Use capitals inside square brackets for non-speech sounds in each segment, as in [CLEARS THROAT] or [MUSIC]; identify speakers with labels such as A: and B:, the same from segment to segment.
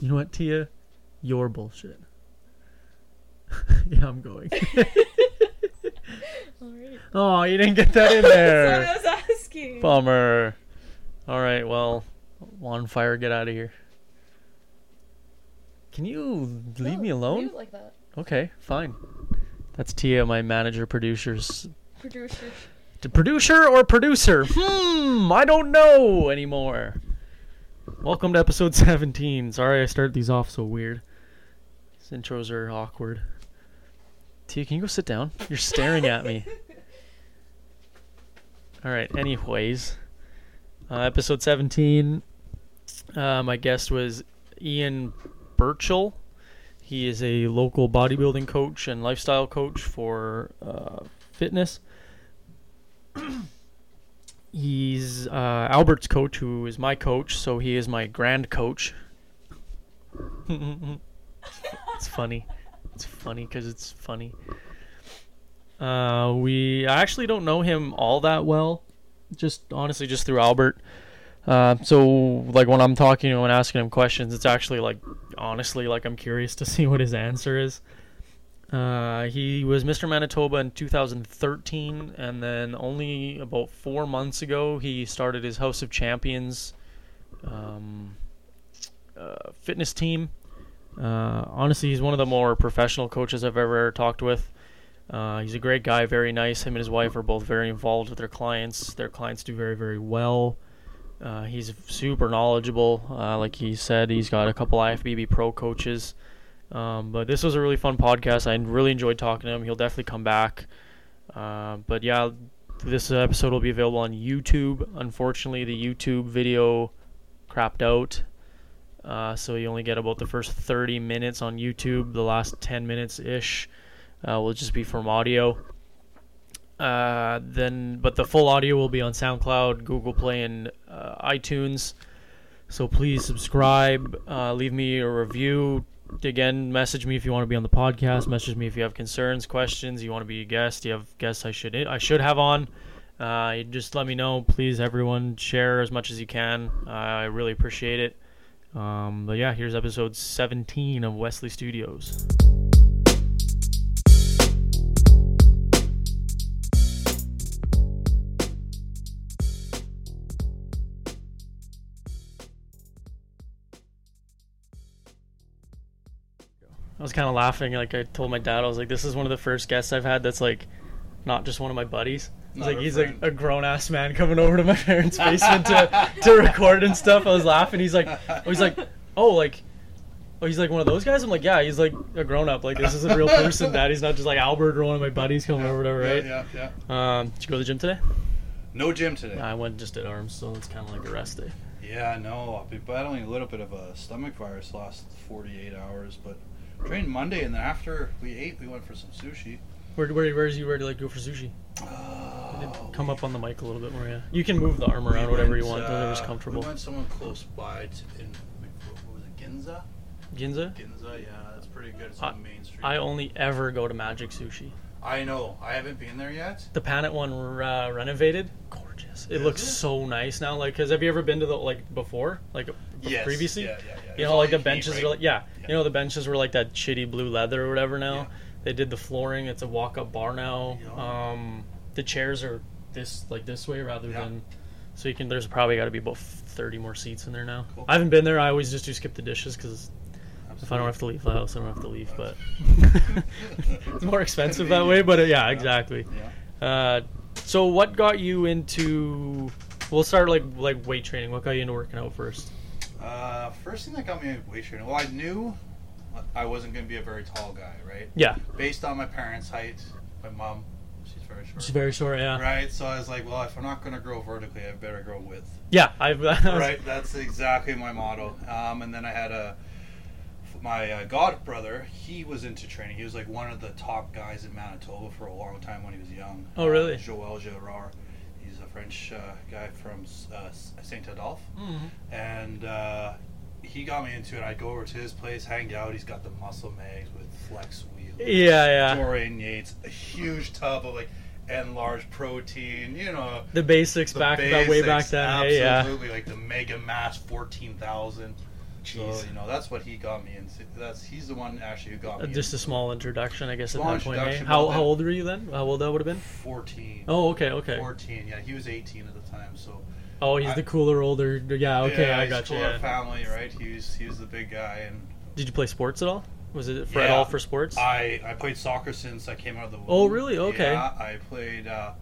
A: You know what, Tia? You're bullshit. [LAUGHS] yeah, I'm going.
B: All right.
A: Oh, you didn't get that in
B: That's
A: there.
B: what I was asking.
A: Bummer. All right, well, on fire, get out of here. Can you leave me
B: No,
A: alone?
B: leave it like that.
A: Okay, fine. That's Tia, my manager, producer's
B: Producer.
A: D- producer or producer? Hmm, I don't know anymore. Welcome to episode 17. Sorry I start these off so weird. These intros are awkward. Tia, can you go sit down? You're staring at me. Alright, anyways. Uh, episode 17. Uh, my guest was Ian Burchell. He is a local bodybuilding coach and lifestyle coach for uh, fitness he's uh, Albert's coach, who is my coach, so he is my grand coach. [LAUGHS] it's funny. It's funny because it's funny. Uh, we I actually don't know him all that well, just honestly, just through Albert. Uh, so like when I'm talking to him and asking him questions, it's actually like honestly like I'm curious to see what his answer is. Uh, he was Mr. Manitoba in 2013, and then only about four months ago, he started his House of Champions um, uh, fitness team. Uh, honestly, he's one of the more professional coaches I've ever talked with. Uh, he's a great guy, very nice. Him and his wife are both very involved with their clients. Their clients do very, very well. Uh, he's super knowledgeable. Uh, like he said, he's got a couple IFBB pro coaches. Um, but this was a really fun podcast. I really enjoyed talking to him. He'll definitely come back. Uh, but yeah, this episode will be available on YouTube. Unfortunately, the YouTube video crapped out. Uh, so you only get about the first 30 minutes on YouTube. The last 10 minutes ish uh, will just be from audio. Uh, then, but the full audio will be on SoundCloud, Google Play, and uh, iTunes. So please subscribe, uh, leave me a review. Again, message me if you want to be on the podcast. Message me if you have concerns, questions. You want to be a guest. You have guests I should I should have on. Uh, you just let me know, please. Everyone, share as much as you can. Uh, I really appreciate it. Um, but yeah, here's episode 17 of Wesley Studios. I was kind of laughing. Like I told my dad, I was like, "This is one of the first guests I've had that's like, not just one of my buddies." I was
C: Not
A: like,
C: a
A: "He's
C: friend.
A: a, a grown ass man coming over to my [LAUGHS]
C: [LAUGHS]
A: parents' basement to, to record and stuff." I was laughing. He's like, oh, "He's like, oh, like, oh, he's like one of those guys." I'm like, "Yeah, he's like a grown up. Like this is a real person. Dad, he's not just like Albert or one of my buddies coming over, or whatever, right?"
C: Yeah, yeah, yeah.
A: Um, did you go to the gym today?
C: No gym today.
A: I went just at arms, so it's kind of like a rest day.
C: Yeah, no. I've been battling a little bit of a stomach virus last 48 hours, but trained Monday, and then after we ate, we went for some sushi.
A: Where where where is you where do you like go for sushi?
C: Oh,
A: Come up on the mic a little bit more, yeah. You can move the arm around whatever you want, whatever's comfortable.
C: uh, We went someone close by to, in what was it, Ginza?
A: Ginza?
C: Ginza, yeah, that's pretty good. It's
A: I-
C: on Main Street.
A: I only ever go to Magic Sushi.
C: I know. I haven't been there yet.
A: The Panet one uh, renovated, gorgeous. It
C: Is
A: looks
C: it?
A: so nice now. Like, cause have you ever been to the like before, like
C: Yes.
A: previously?
C: Yeah, yeah, yeah.
A: You
C: It's
A: know,
C: all
A: like the
C: you can eat,
A: benches
C: right?
A: were like yeah.
C: Yeah.
A: You know, the benches were like that shitty blue leather or whatever. Now
C: Yeah.
A: they did the flooring. It's a walk-up bar now.
C: Yeah.
A: Um, the chairs are this like this way rather
C: Yeah.
A: than. So you can. There's probably got to be about thirty more seats in there now.
C: Cool.
A: I haven't been there. I always just do skip the dishes because if I don't have to leave the house, I don't have to leave.
C: [LAUGHS]
A: But [LAUGHS] it's more expensive that way. But uh, yeah, exactly.
C: Yeah.
A: Uh, so what got you into? We'll start like like weight training. What got you into working out first?
C: Uh, first thing that got me into weight training. Well, I knew I wasn't going to be a very tall guy, right?
A: Yeah,
C: Based on my parents' height, my mom, she's very short.
A: it's very short. Yeah,
C: Right, so I was like, well, if I'm not going to grow vertically, I better grow
A: [LAUGHS]
C: width.
A: yeah. I've
C: Right, that's exactly my motto. Um, and then I had a my uh, god brother. He was into training. He was like one of the top guys in Manitoba for a long time when he was young.
A: Oh, really?
C: Uh, Joël Girard. He's a French uh, guy from uh, Saint Adolphe
A: Mhm.
C: and uh, he got me into it. I'd go over to his place, hang out. He's got the muscle mags with flex wheels.
A: Yeah, yeah.
C: Dorian Yates, a huge tub of like and large protein. You know,
A: The basics
C: the
A: back that way back
C: basics,
A: then. hey, yeah.
C: Absolutely, like the Mega Mass fourteen thousand. So you know that's what he got me into. That's he's the one actually who got
A: Uh,
C: me.
A: just a
C: into
A: small introduction, I guess, at
C: Small
A: that point. eh?
C: introduction,
A: How,
C: but
A: how
C: then-
A: old were you then? How old that would have been?
C: Fourteen.
A: Oh, okay, okay.
C: 14, yeah, he was 18 at the time, so
A: Oh, he's
C: I-
A: the cooler, older. Yeah, okay,
C: yeah,
A: I
C: he's
A: got you.
C: full of
A: yeah.
C: Family, right? He was he was the big guy, and
A: Did you play sports at all? Was it for at
C: Yeah.
A: all for sports?
C: I I played soccer since I came out of the womb.
A: Oh, really? Okay.
C: Yeah, I played uh,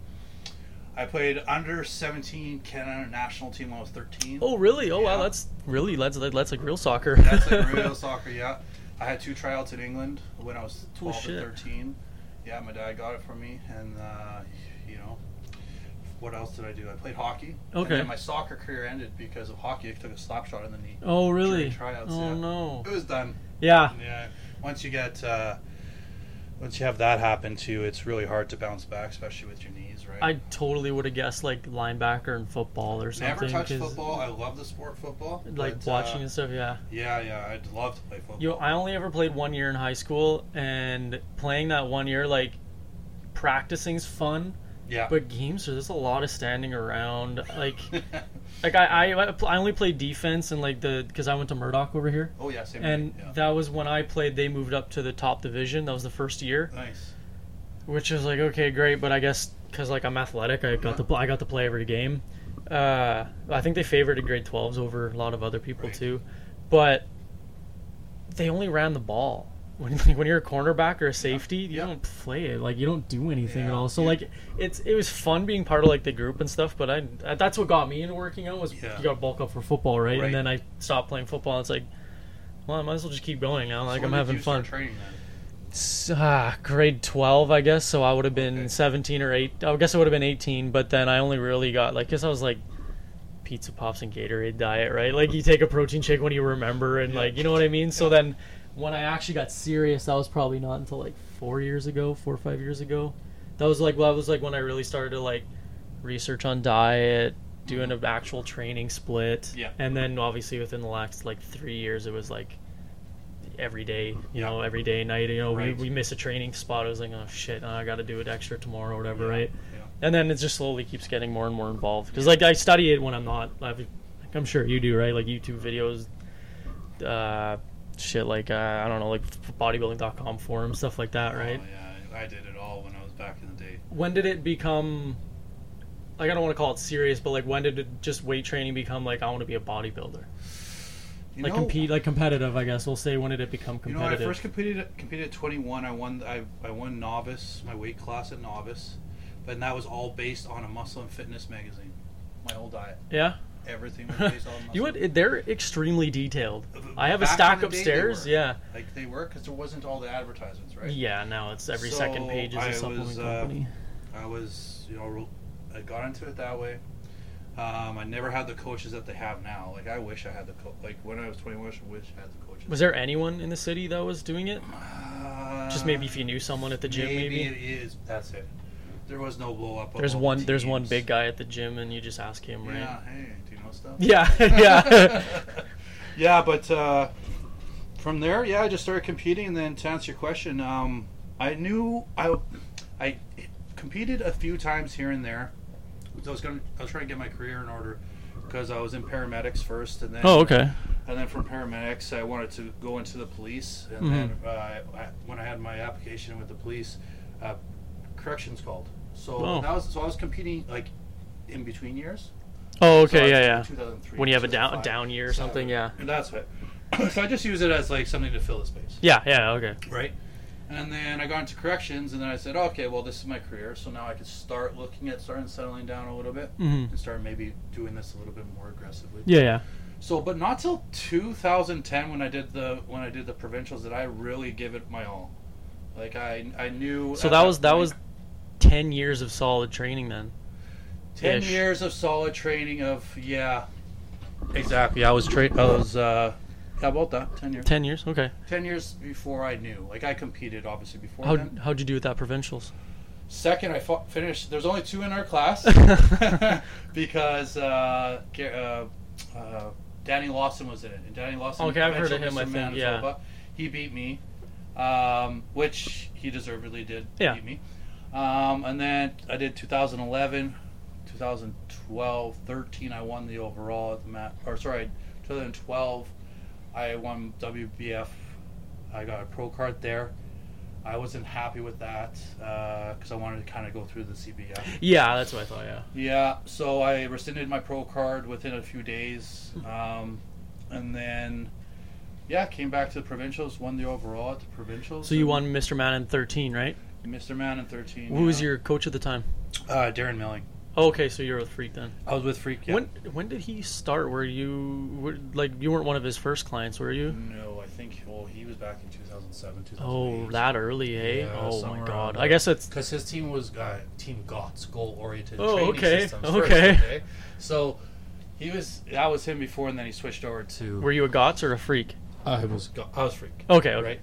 C: I played under 17 Canada national team when I was 13.
A: oh, really? Oh, wow,
C: Yeah.
A: that's really that's that's like real soccer. [LAUGHS]
C: That's like real soccer, yeah. I had two tryouts in England when I was
A: Oh,
C: 12 and
A: shit.
C: 13. Yeah, my dad got it for me, and uh, you know, what else did I do? I played hockey. And
A: Okay.
C: then my soccer career ended because of hockey. I took a slap shot in the knee.
A: oh, really?
C: During tryouts,
A: oh
C: yeah.
A: no.
C: It was done.
A: Yeah.
C: Yeah. Once you get, uh, once you have that happen to you, it's really hard to bounce back, especially with your knees, right?
A: I totally would have guessed like linebacker and football or something.
C: never touched
A: 'cause,
C: football. I love the sport football.
A: Like
C: but, uh,
A: watching and stuff, yeah.
C: yeah, yeah. I'd love to play football.
A: You know, I only ever played one year in high school, and playing that one year, like practicing's fun,
C: yeah.
A: but games there's a lot of standing around. Like, like I, I I only played defense and like the because I went to Murdoch over here,
C: [LAUGHS] oh yeah, same.
A: and
C: thing, yeah.
A: that was when I played. They moved up to the top division. That was the first year,
C: nice.
A: which is like okay, great, but I guess because like I'm athletic, I got to pl- I got to play every game. Uh, I think they favored grade 12s over a lot of other people
C: Right.
A: too, but they only ran the ball. When, [LAUGHS] like, when you're a cornerback or a safety, you
C: Yeah.
A: don't play it. Like you don't do anything at
C: Yeah.
A: all. So
C: You-
A: like it's it was fun being part of like the group and stuff. But I that's what got me into working out was
C: Yeah.
A: you got to bulk up for football, right?
C: Right.
A: And then I stopped playing football. and It's like, well, I might as well just keep going now. Like
C: So
A: I'm
C: when did
A: having
C: you start
A: fun.
C: Training then?
A: S- Ah, grade 12, I guess. So I would have been
C: Okay.
A: 17 or 8. I guess I would have been 18, but then I only really got, like, guess I was like pizza pops and Gatorade diet, right? Like, you take a protein shake when you remember, and,
C: Yeah.
A: like, you know what I mean? So then when I actually got serious, that was probably not until like four years ago, four or five years ago. That was like, well, that was like when I really started to, like, research on diet, doing an actual training split.
C: Mm-hmm. Yeah.
A: And then obviously within the last, like, three years, it was like, every day, you
C: Yeah.
A: know, every day night. You know, Oh,
C: Right.
A: we, we miss a training spot. I was like, oh shit, I got to do it extra tomorrow, or whatever, right?
C: Yeah.
A: And then it just slowly keeps getting more and more involved because like I study it when I'm not. I've, like, I'm sure you do, right? Like YouTube videos, uh, shit, like uh, I don't know, like f- bodybuilding.com forums, stuff like that, right?
C: Oh, yeah, I did it all when I was back in the day.
A: When did it become? Like I don't want to call it serious, but like when did it just weight training become like I want to be a bodybuilder,
C: You
A: like
C: know,
A: compete, like competitive? I guess we'll say when did it become
C: You know, I
A: competitive?
C: first competed competed at 21. I won I, I won novice my weight class at novice, but that was all based on a muscle and fitness magazine. My whole diet,
A: yeah.
C: everything was
A: [LAUGHS]
C: based on muscle.
A: You would. it- They're extremely detailed.
C: Uh,
A: I have a
C: back
A: stack
C: in the day they
A: upstairs.
C: were.
A: Yeah.
C: like they were because there wasn't all the advertisements, right?
A: Yeah. Now it's every
C: So,
A: second page is a
C: I
A: supplement
C: was, uh,
A: company.
C: I was, you know, ro- I got into it that way. Um, I never had the coaches that they have now. Like I wish I had the co- like when I was 21, I wish I had the coaches.
A: Was there anyone in the city that was doing it?
C: Uh,
A: Just maybe if you knew someone at the gym, maybe.
C: it is. That's it. There was no blow up. of
A: There's
C: all the
A: one. There's one
C: teams.
A: big guy at the gym, and you just ask him, right?
C: Yeah. Hey, do you know stuff?
A: [LAUGHS] Yeah. Yeah.
C: [LAUGHS] yeah, but uh, from there, yeah, I just started competing. And then to answer your question, um, I knew I, I competed a few times here and there. So I was going. I was trying to get my career in order because I was in paramedics first, and then
A: oh, okay.
C: and then from paramedics, I wanted to go into the police. And
A: Mm-hmm.
C: then uh, I, when I had my application with the police, uh, corrections called. So
A: Oh.
C: that was so I was competing like in between years.
A: Oh,
C: So
A: okay.
C: I was
A: yeah,
C: in
A: yeah.
C: 2003,
A: When you have a down a
C: 2005.
A: down year or something, yeah.
C: And that's it. [CLEARS THROAT] so I just use it as like something to fill the space,
A: Yeah. Yeah. Okay.
C: right? And then I got into corrections, and then I said, okay, well, this is my career, so now I can start looking at starting settling down a little bit
A: hmm
C: and start maybe doing this a little bit more aggressively.
A: Yeah. Yeah.
C: So, but not till 2010 when I did the when I did the provincials did I really give it my all. Like I I knew.
A: So
C: at
A: that was that
C: point,
A: was ten years of solid training then.
C: ten
A: ish.
C: years of solid training of yeah. Exactly. I was tra- I was uh, how about that? Ten years.
A: Ten years. Okay.
C: Ten years before I knew. Like I competed obviously before
A: How
C: then.
A: how'd you do with that provincials?
C: Second, I fought, finished. There's only two in our
A: [LAUGHS]
C: class [LAUGHS] because uh, Ga- uh, uh, Danny Lawson was in it, and Danny Lawson.
A: Okay, I've heard of him,
C: Mitchell,
A: I
C: Mr.
A: think, yeah.
C: Manitoba, he beat me, um, which he deservedly did
A: Yeah.
C: beat me. Um, and then I did 2011, 2012, 13. I won the overall at the mat, or sorry, 2012. I won WBF. I got a pro card there. I wasn't happy with that because I wanted to kind of go through the CBF.
A: Yeah, that's what I thought. Yeah.
C: Yeah, so I rescinded my pro card within a few days,
A: Hmm.
C: um, and then yeah, came back to the provincials, won the overall at the provincials.
A: So you won
C: and
A: Mr. Man in 13, right?
C: Mr. Man in thirteen.
A: Who was
C: yeah.
A: your coach at the time? Oh,
C: uh, Darren Milling?
A: Okay, so you're a freak then.
C: I was with Freak. Yeah.
A: When when did he start? Were you were, like you weren't one of his first clients, were you?
C: No, I think well he was back in two thousand seven, two thousand
A: Oh,
C: eight.
A: that early, eh?
B: Yeah,
A: oh my
B: somewhere
A: god.
B: around
A: I guess that's
B: Because his team was uh, Team GOTS, goal oriented
A: Oh,
B: training
A: okay,
B: systems.
A: okay.
B: First, okay. So
C: he was that was him before, and then he switched over to.
B: to
A: Were you a GOTS or a freak?
B: I was go- I was freak.
A: Okay, okay.
B: Right.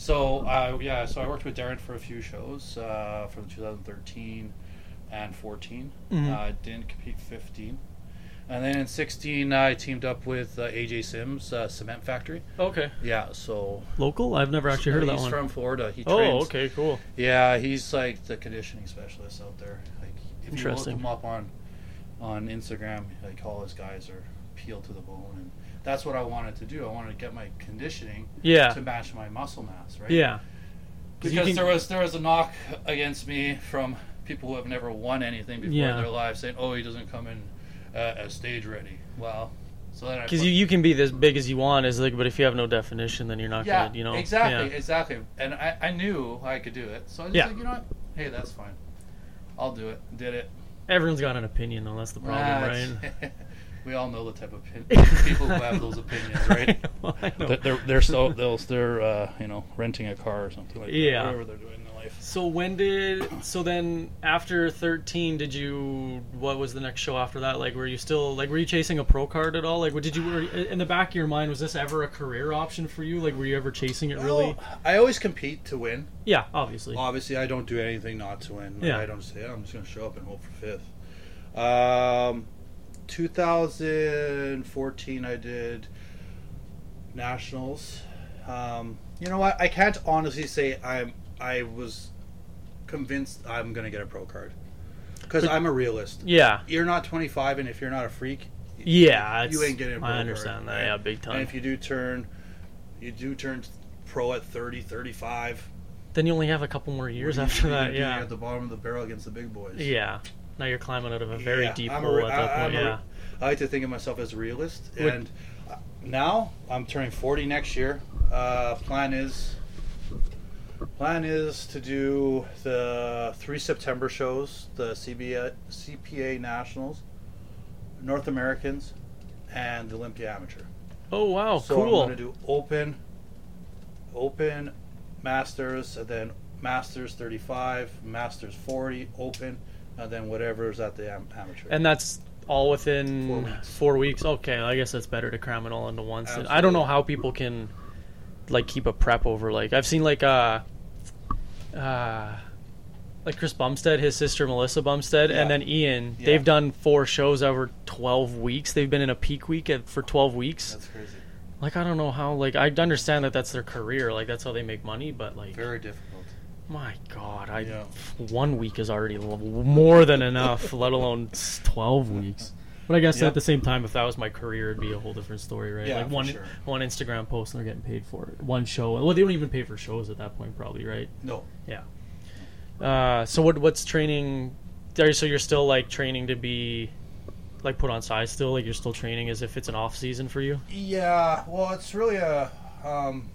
C: So uh, yeah, so I worked with Darren for a few shows uh, from 2013 and 14.
A: Mhm.
C: Uh, didn't compete 15, and then in 16 I teamed up with uh, AJ Sims, uh, Cement Factory.
A: Okay.
C: Yeah, so
A: Local? I've never actually heard of that
C: he's
A: one.
C: from Florida. He
A: oh,
C: trains.
A: okay, cool.
C: Yeah, he's like the conditioning specialist out there. Like if
A: Interesting.
C: you look him up on on Instagram, like all his guys are peeled to the bone, and that's what I wanted to do. I wanted to get my conditioning
A: Yeah.
C: to match my muscle mass, right?
A: Yeah.
C: because
A: You can-
C: there was there was a knock against me from people who have never won anything before
A: Yeah.
C: in their lives, saying, "Oh, he doesn't come in uh, as stage ready." Well, so then I
A: Because
C: put-
A: you, you can be this big as you want, is like, but if you have no definition, then you're not
C: yeah
A: gonna, you know.
C: exactly
A: yeah.
C: exactly, and I, I knew I could do it, so I was
A: Yeah.
C: like, you know what, hey, that's fine, I'll do it. Did it.
A: Everyone's got an opinion, though. That's the problem,
C: Ah,
A: right?
C: it's- [LAUGHS] we all know the type of
A: [LAUGHS]
C: pin- [LAUGHS] people who have those opinions, right?
A: Well, [LAUGHS] I know.
C: They're they're, they're so they'll they're uh, you know renting a car or something like
A: Yeah.
C: that, whatever they're doing in life.
A: So when did so then after thirteen did you what was the next show after that like were you still like were you chasing a pro card at all like what did you were in the back of your mind was this ever a career option for you like were you ever chasing it really
C: Well, Oh, I always compete to win.
A: yeah obviously
C: Obviously, I don't do anything not to win. Like,
A: Yeah.
C: I don't say I'm just going to show up and hope for fifth. Um, 2014, I did nationals. Um, you know what? I can't honestly say I'm. I was convinced I'm going to get a pro card because
A: But-
C: I'm a realist.
A: yeah
C: You're not 25, and if you're not a freak,
A: yeah
C: you
A: it's-
C: ain't getting a pro
A: I
C: card,
A: understand that
C: right?
A: yeah big
C: And
A: time
C: if you do turn, you do turn pro at 30, 35.
A: then you only have a couple more years
C: What do you-
A: after
C: what do you
A: that
C: do? You're
A: yeah
C: at the bottom of the barrel against the big boys.
A: yeah now you're climbing out of a very
C: Yeah,
A: deep
C: I'm a
A: hole
C: re-
A: at that
C: I-
A: point
C: I'm a
A: yeah
C: re- I like to think of myself as a realist,
A: Would-
C: and uh, now I'm turning 40 next year. Uh, plan is plan is to do the three September shows, the CBA, CPA Nationals, North Americans, and the Olympia Amateur.
A: oh wow
C: so
A: cool
C: I'm going to do open, open, masters, and then masters 35, masters 40, open, and then whatever's at the am- amateur.
A: And that's all within
C: Four weeks.
A: four weeks. Okay, I guess that's better to cram it all into one. sit. I don't know how people can like keep a prep over like I've seen like uh uh like Chris Bumstead, his sister Melissa Bumstead,
C: Yeah.
A: and then Ian.
C: Yeah.
A: They've done four shows over twelve weeks. They've been in a peak week at, for twelve weeks.
C: That's crazy.
A: like I don't know how. Like I understand that that's their career. Like that's how they make money. But like,
C: Very difficult.
A: my God, I
C: Yeah.
A: one week is already l- more than enough, let alone s- twelve weeks. But I guess
C: Yeah.
A: at the same time, if that was my career, it'd be a whole different story, right?
C: Yeah,
A: like
C: for
A: one
C: sure.
A: one Instagram post and they're getting paid for it. One show, well, they don't even pay for shows at that point, probably, right?
C: No.
A: Yeah. Uh, so what what's training? There, so you're still like training to be, like put on size still. Like you're still training as if it's an off season for you.
C: Yeah. Well, it's really a. Um,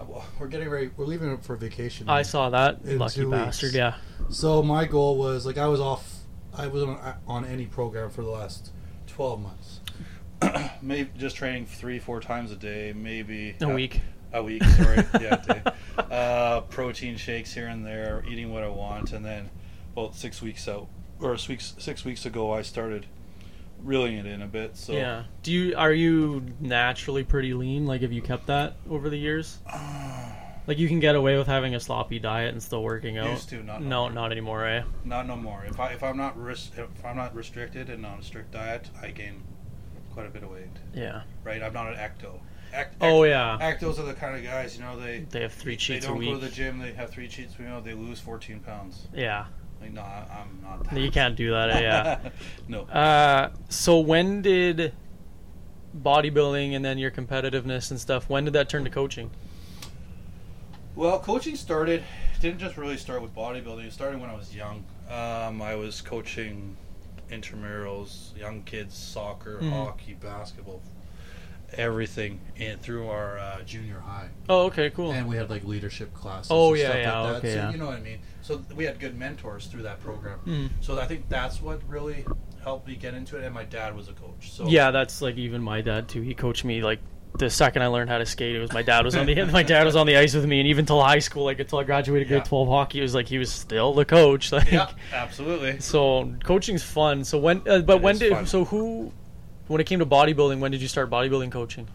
C: uh, well,
B: We're getting ready. We're leaving it for vacation.
A: I saw that
B: In
A: lucky
B: two
A: bastard.
B: weeks.
A: Yeah.
B: So my goal was like I was off. I wasn't
C: uh,
B: on, on any program for the last twelve
C: [CLEARS THROAT]
B: months.
C: maybe just training three, four times a day, maybe
A: A week.
C: A
A: [LAUGHS]
C: week. Sorry. yeah. a Day. Uh, protein shakes here and there, eating what I want, and then about six weeks out or six weeks six weeks ago, I started reeling it in a bit. So
A: Yeah. Do you are you naturally pretty lean? Like, have you kept that over the years? Like, you can get away with having a sloppy diet and still working out.
C: Used to, not no
A: no,
C: more.
A: not anymore, eh?
C: [SIGHS] not no more. If I if I'm not res- if I'm not restricted and on a strict diet, I gain quite a bit of weight.
A: Yeah.
C: Right. I'm not an ecto. Ec-
A: Oh yeah.
C: Actos are the kind of guys, you know, they
A: They have three cheats
C: they don't
A: a
C: go to the
A: week.
C: gym. They have three cheats. You know, they lose 14 pounds.
A: Yeah.
C: Like, no, I, I'm not. That. [LAUGHS]
A: You can't do that, eh? Yeah.
C: no.
A: Uh, so when did bodybuilding and then your competitiveness and stuff. When did that turn to coaching?
C: Well, coaching started didn't just really start with bodybuilding. It started when I was young. Um, I was coaching intramurals, young kids, soccer,
A: Mhm.
C: hockey, basketball, everything, and through our uh, junior high.
A: Oh, okay, cool.
B: and we had like leadership classes.
A: Oh,
B: and
A: yeah,
B: stuff
A: yeah,
B: like that.
A: okay,
B: so,
A: yeah.
B: You know what I mean?
C: So th- we had good mentors through that program.
A: Mm.
C: So I think that's what really helped me get into it. And my dad was a coach. So
A: Yeah, that's like even my dad too. He coached me like the second I learned how to skate. It was my dad was
C: [LAUGHS]
A: on the my dad was on the ice with me, and even till high school, like until I graduated grade
C: Yeah.
A: twelve hockey, it was like he was still the coach. [LAUGHS] Like,
C: [LAUGHS] yeah, absolutely.
A: so coaching's fun. So when, uh, but
C: It
A: when
C: is
A: did
C: fun.
A: so who? When it came to bodybuilding, when did you start bodybuilding coaching?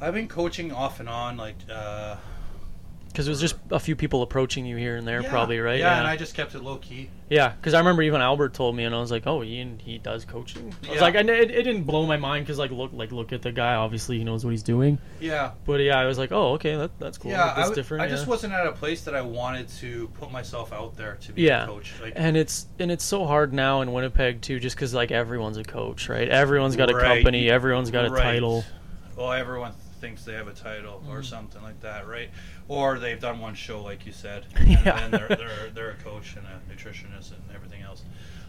C: I've been coaching off and on, like. Uh,
A: Because it was just a few people approaching you here and there,
C: yeah,
A: probably, right?
C: Yeah, and I just kept it low key.
A: Yeah, because I remember even Albert told me, and I was like, "Oh, Ian, he does coaching." I was
C: Yeah.
A: like, I, kn- it, it didn't blow my mind because like look, like look at the guy. Obviously, he knows what he's doing.
C: Yeah,
A: But yeah, I was like, "Oh, okay, that, that's cool.
C: yeah.
A: like,
C: I,
A: that's
C: w-
A: different."
C: I
A: yeah.
C: just wasn't at a place that I wanted to put myself out there to be
A: Yeah.
C: a coach. Like,
A: and it's and it's so hard now in Winnipeg too, just because like everyone's a coach, right? Everyone's got a
C: Right.
A: company, everyone's got a
C: Right.
A: title.
C: well, everyone thinks they have a title or something like that, right? Or they've done one show, like you
A: [LAUGHS]
C: said, and
A: Yeah.
C: then they're, they're they're a coach and a nutritionist and everything else.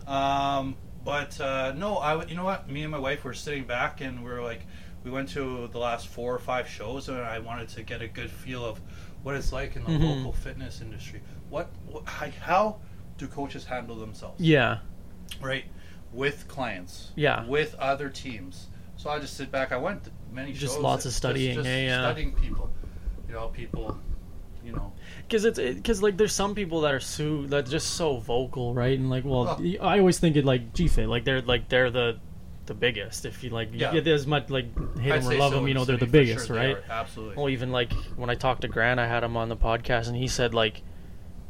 C: Um, but uh, no, I w- you know what? Me and my wife were sitting back and we were like, we went to the last four or five shows, and I wanted to get a good feel of what it's like in the
A: Mhm.
C: local fitness industry. What, what how- how do coaches handle themselves?
A: Yeah,
C: right with clients
A: Yeah.
C: with other teams so i just sit back i went to many
A: Just
C: shows
A: lots of
C: and
A: studying,
C: just,
A: eh, yeah.
C: studying people you know people you know
A: because it's because like there's some people that are so that just so vocal, right? And like, well,
C: Oh.
A: I always think it like G-Fit, like they're like they're the the biggest. If you like,
C: Yeah.
A: you get as much like hate
C: I'd
A: them or
C: say
A: love
C: so
A: them, you
C: in
A: know,
C: the
A: they're the
C: city, for
A: biggest,
C: sure they
A: right?
C: are, absolutely
A: Well, even like when I talked to Grant, I had him on the podcast, and he said like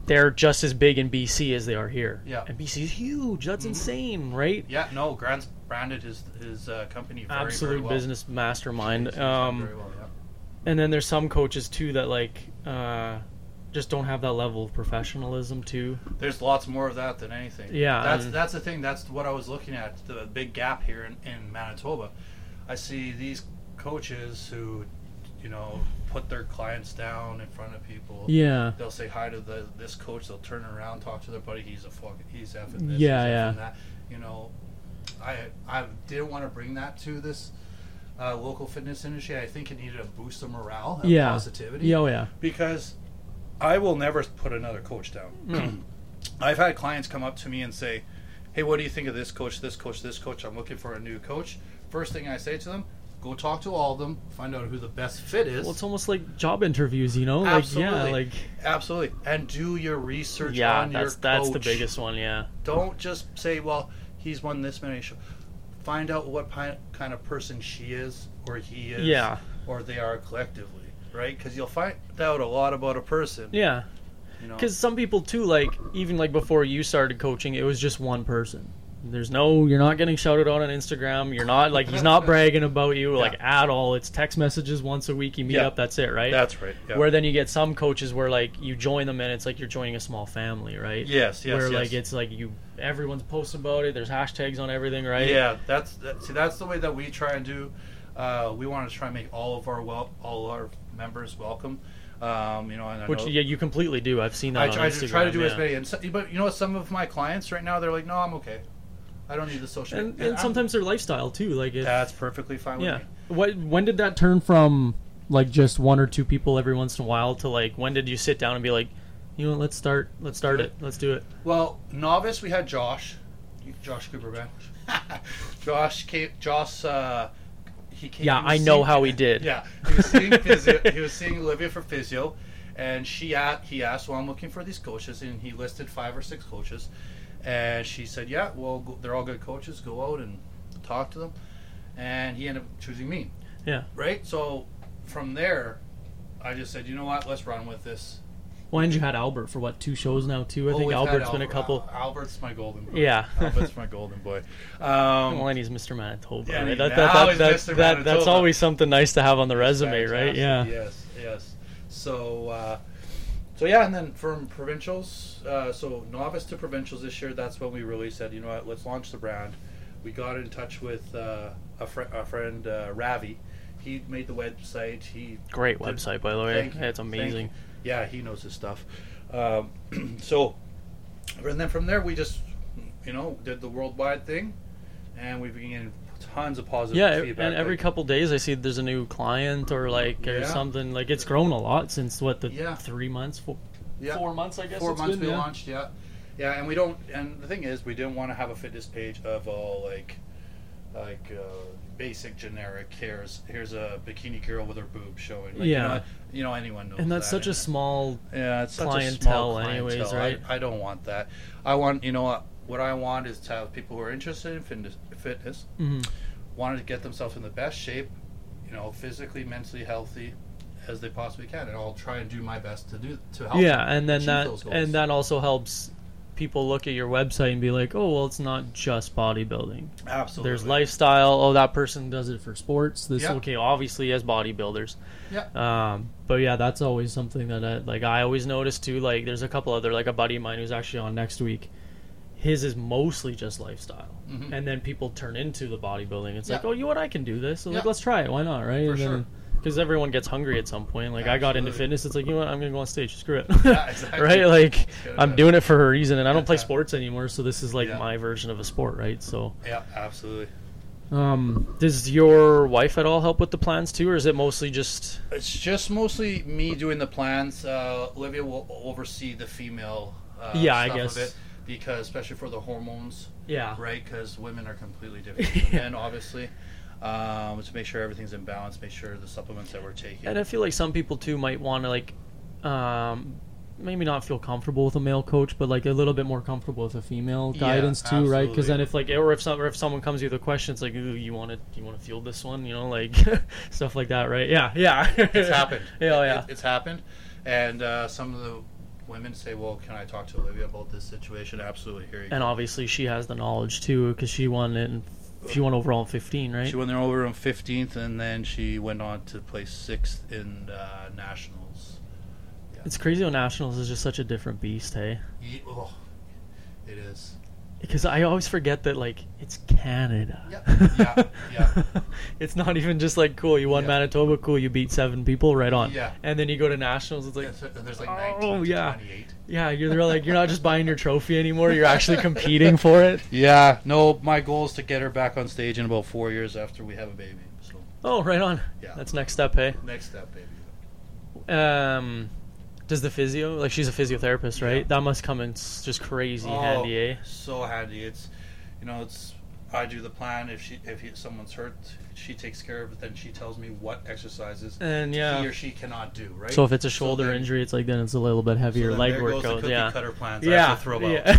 A: they're just as big in BC as they are here.
C: Yeah.
A: and BC is huge. That's
C: Mhm.
A: insane, right?
C: yeah no grant's branded his his uh, company very,
A: Absolute
C: very well.
A: business
C: He's
A: mastermind.
C: done
A: Um,
C: very well, yeah.
A: and then there's some coaches too that like uh, just don't have that level of professionalism too.
C: there's lots more of that than anything.
A: Yeah,
C: that's
A: and-
C: that's the thing. That's what I was looking at. The big gap here in, in Manitoba. I see these coaches who, you know, put their clients down in front of people.
A: Yeah.
C: They'll say hi to the this coach. They'll turn around, talk to their buddy. He's a fucking. He's effing this.
A: Yeah,
C: he's
A: yeah.
C: Effing that. You know, I I didn't want to bring that to this. Uh, local fitness industry. I think it needed a boost of morale and
A: Yeah.
C: positivity
A: Yeah, oh, yeah.
C: because I will never put another coach
A: [CLEARS THROAT]
C: down. I've had clients come up to me and say, "Hey, what do you think of this coach? This coach? This coach? I'm looking for a new coach." First thing I say to them, "Go talk to all of them, find out who the best fit is."
A: Well, it's almost like job interviews, you know? Like yeah,
C: Absolutely.
A: like
C: Absolutely, and do your research.
A: yeah,
C: on
A: that's
C: your
A: that's the
C: coach.
A: biggest one. Yeah.
C: Don't just say, "Well, he's won this many shows." Find out what pi- kind of person she is, or he is,
A: Yeah.
C: or they are collectively, right? Because you'll find out a lot about a person.
A: Yeah.
C: you know?
A: Because some people too, like even like before you started coaching, it was just one person. There's no, you're not getting shouted out on Instagram. You're not like he's
C: [LAUGHS]
A: not bragging about you like at all. It's text messages once a week. You meet
C: Yeah.
A: up. That's it, right?
C: That's right. Yeah.
A: Where then you get some coaches where like you join them and it's like you're joining a small family, right?
C: yes, yes,
A: where
C: yes.
A: like it's like you everyone's posting about it. There's hashtags on everything, right?
C: yeah. That's that, see, that's the way that we try and do. Uh, we want to try and make all of our well, all our members welcome. Um, you know, and I
A: Which
C: know,
A: yeah, you completely do. I've seen that.
C: I
A: on
C: try to try to
A: Instagram,
C: do as
A: yeah.
C: many. And so, but you know, what? some of my clients right now, they're like, no, I'm okay. I don't need the social.
A: And,
C: media."
A: and
C: I'm-
A: sometimes their lifestyle too, like it,
C: that's perfectly fine with
A: Yeah.
C: me.
A: What? When did that turn from like just one or two people every once in a while to like when did you sit down and be like, you know, let's start, let's start it, let's do it.
C: Well, novice, we had Josh, Josh Cooperman. [LAUGHS] Josh came. Josh. Uh, he came.
A: Yeah,
C: he was
A: I know
C: seeing-
A: how he did.
C: Yeah, he was seeing
A: [LAUGHS]
C: physio, he was seeing Olivia for physio, and she at, he asked, "Well, I'm looking for these coaches," and he listed five or six coaches, and she said, "Yeah, well, go, they're all good coaches. Go out and talk to them," and he ended up choosing me.
A: Yeah.
C: Right. So from there, I just said, "You know what? Let's run with this."
A: Well, and you had Albert for what two shows now too? I
C: Oh,
A: think
C: we've had
A: Albert's been a
C: Albert-
A: couple.
C: Al- Albert's my golden boy.
A: Yeah.
C: [LAUGHS] Albert's my golden boy. Um,
A: well, and he's Mr. Manitoba.
C: Yeah,
A: right?
C: he's
A: that,
C: now
A: that, that,
C: he's
A: that, that-
C: Mr.
A: that's
C: Manitoba.
A: always something nice to have on the resume, right?
C: Fantastic,
A: Yeah.
C: Yes, yes. So, uh, so yeah, and then from provincials, uh, so novice to provincials this year. That's when we really said, you know what, let's launch the brand. We got in touch with uh, a, fr- a friend uh, Ravi. He made the website. He
A: Great
C: did-
A: website, by the way.
C: Thank you.
A: It's
C: Thank you.
A: amazing.
C: Yeah, he knows his stuff. Um, [CLEARS THROAT] so, and then from there, we just, you know, did the worldwide thing, and we've been getting tons of positive
A: Yeah,
C: feedback.
A: and every
C: like,
A: couple days I see there's a new client or like or
C: Yeah.
A: something. Like it's grown a lot since what the
C: Yeah.
A: three months, four,
C: yeah,
A: four months I guess.
C: four
A: it's
C: months
A: been,
C: we
A: yeah.
C: launched, yeah, yeah, and we don't. And the thing is, we didn't want to have a fitness page of all like, like uh, basic generic. Here's here's a bikini girl with her boob showing. Like,
A: Yeah.
C: you know, you know anyone knows.
A: And that's
C: that,
A: such a
C: and-
A: small.
C: Yeah, it's such a
A: clientele
C: small clientele.
A: anyways, right?
C: I, I don't want that. I want, you know what? What I want is to have people who are interested in fitness, fitness
A: mhm.
C: wanted to get themselves in the best shape, you know, physically, mentally healthy as they possibly can, and I'll try and do my best to do to help.
A: Yeah, and then
C: achieve
A: that
C: those goals.
A: and that also helps people look at your website and be like, oh well, it's not just bodybuilding.
C: absolutely.
A: There's lifestyle. Oh, that person does it for sports. This
C: Yeah.
A: okay, obviously as bodybuilders.
C: Yeah.
A: Um, but yeah, that's always something that I, like I always notice too. Like there's a couple other like a buddy of mine who's actually on next week. His is mostly just lifestyle,
C: Mhm.
A: and then people turn into the bodybuilding. It's like,
C: Yeah.
A: oh, you know what? I can do this. So like,
C: Yeah.
A: let's try it. Why not? Right?
C: For sure.
A: Because everyone gets hungry at some point. Like I got into
C: Absolutely.
A: fitness. It's like you know what? I'm gonna go on stage. Screw it. [LAUGHS]
C: Yeah, exactly.
A: right? Like
C: Good.
A: I'm doing it for a reason, and I don't play
C: Yeah.
A: sports anymore. So this is like
C: Yeah.
A: my version of a sport, right? So.
C: Yeah, absolutely.
A: Um, does your wife at all help with the plans too, or is it mostly just?
C: It's just mostly me doing the plans. Uh, Olivia will oversee the female. Uh,
A: Yeah, I
C: stuff
A: guess.
C: of it because especially for the hormones.
A: Yeah.
C: right? Because women are
A: [LAUGHS]
C: completely different than men, obviously. Um, to make sure everything's in balance, make sure the supplements that we're taking.
A: And I feel like some people too might want to like, um, maybe not feel comfortable with a male coach, but like a little bit more comfortable with a female
C: Yeah,
A: guidance too, right? Because then
C: absolutely.
A: if like, or if some, or if someone comes to you with a question, it's like, ooh, you want to, you want to field this one, you know, like [LAUGHS] stuff like that, right? Yeah, yeah,
C: [LAUGHS] it's happened.
A: [LAUGHS] Yeah, oh,
C: It-
A: yeah.
C: it- it's happened. And uh, some of the women say, "Well, can I talk to Olivia about this situation?" Absolutely. Here you go.
A: and obviously she has the knowledge too, because she won it, and she won overall in fifteen, right?
C: She went there over on fifteenth, and then she went on to place sixth in uh, nationals.
A: It's crazy how nationals is just such a different beast, hey.
C: Ye- oh, it is.
A: Because I always forget that like it's Canada.
C: Yeah, yeah, yeah.
A: [LAUGHS] it's not even just like cool. You won
C: Yeah.
A: Manitoba, cool. You beat seven people, right on.
C: Yeah.
A: And then you go to nationals. It's like,
C: Yeah, so uh, there's like
A: oh,
C: 19 to
A: yeah.
C: 28.
A: yeah, you're they're like you're not just buying your trophy anymore. You're
C: [LAUGHS]
A: actually competing for it.
C: Yeah, no, my goal is to get her back on stage in about four years after we have a baby. So
A: Oh, right on.
C: Yeah.
A: That's next step, hey.
C: next step, baby.
A: Um, does the physio like she's a physiotherapist, right?
C: Yeah. Oh,
A: That must come in s- just crazy handy, eh?
C: so handy. It's, you know, it's I do the plan. If she if he, someone's hurt, she takes care of it. Then she tells me what exercises
A: And yeah.
C: he or she cannot do. Right.
A: so if it's a shoulder
C: then-
A: injury, it's like then it's a little bit
C: so
A: heavier
C: then
A: leg
C: there goes the
A: workouts.
C: cookie
A: yeah.
C: Cutter plans. I
A: yeah.
C: have to throw out.
A: yeah.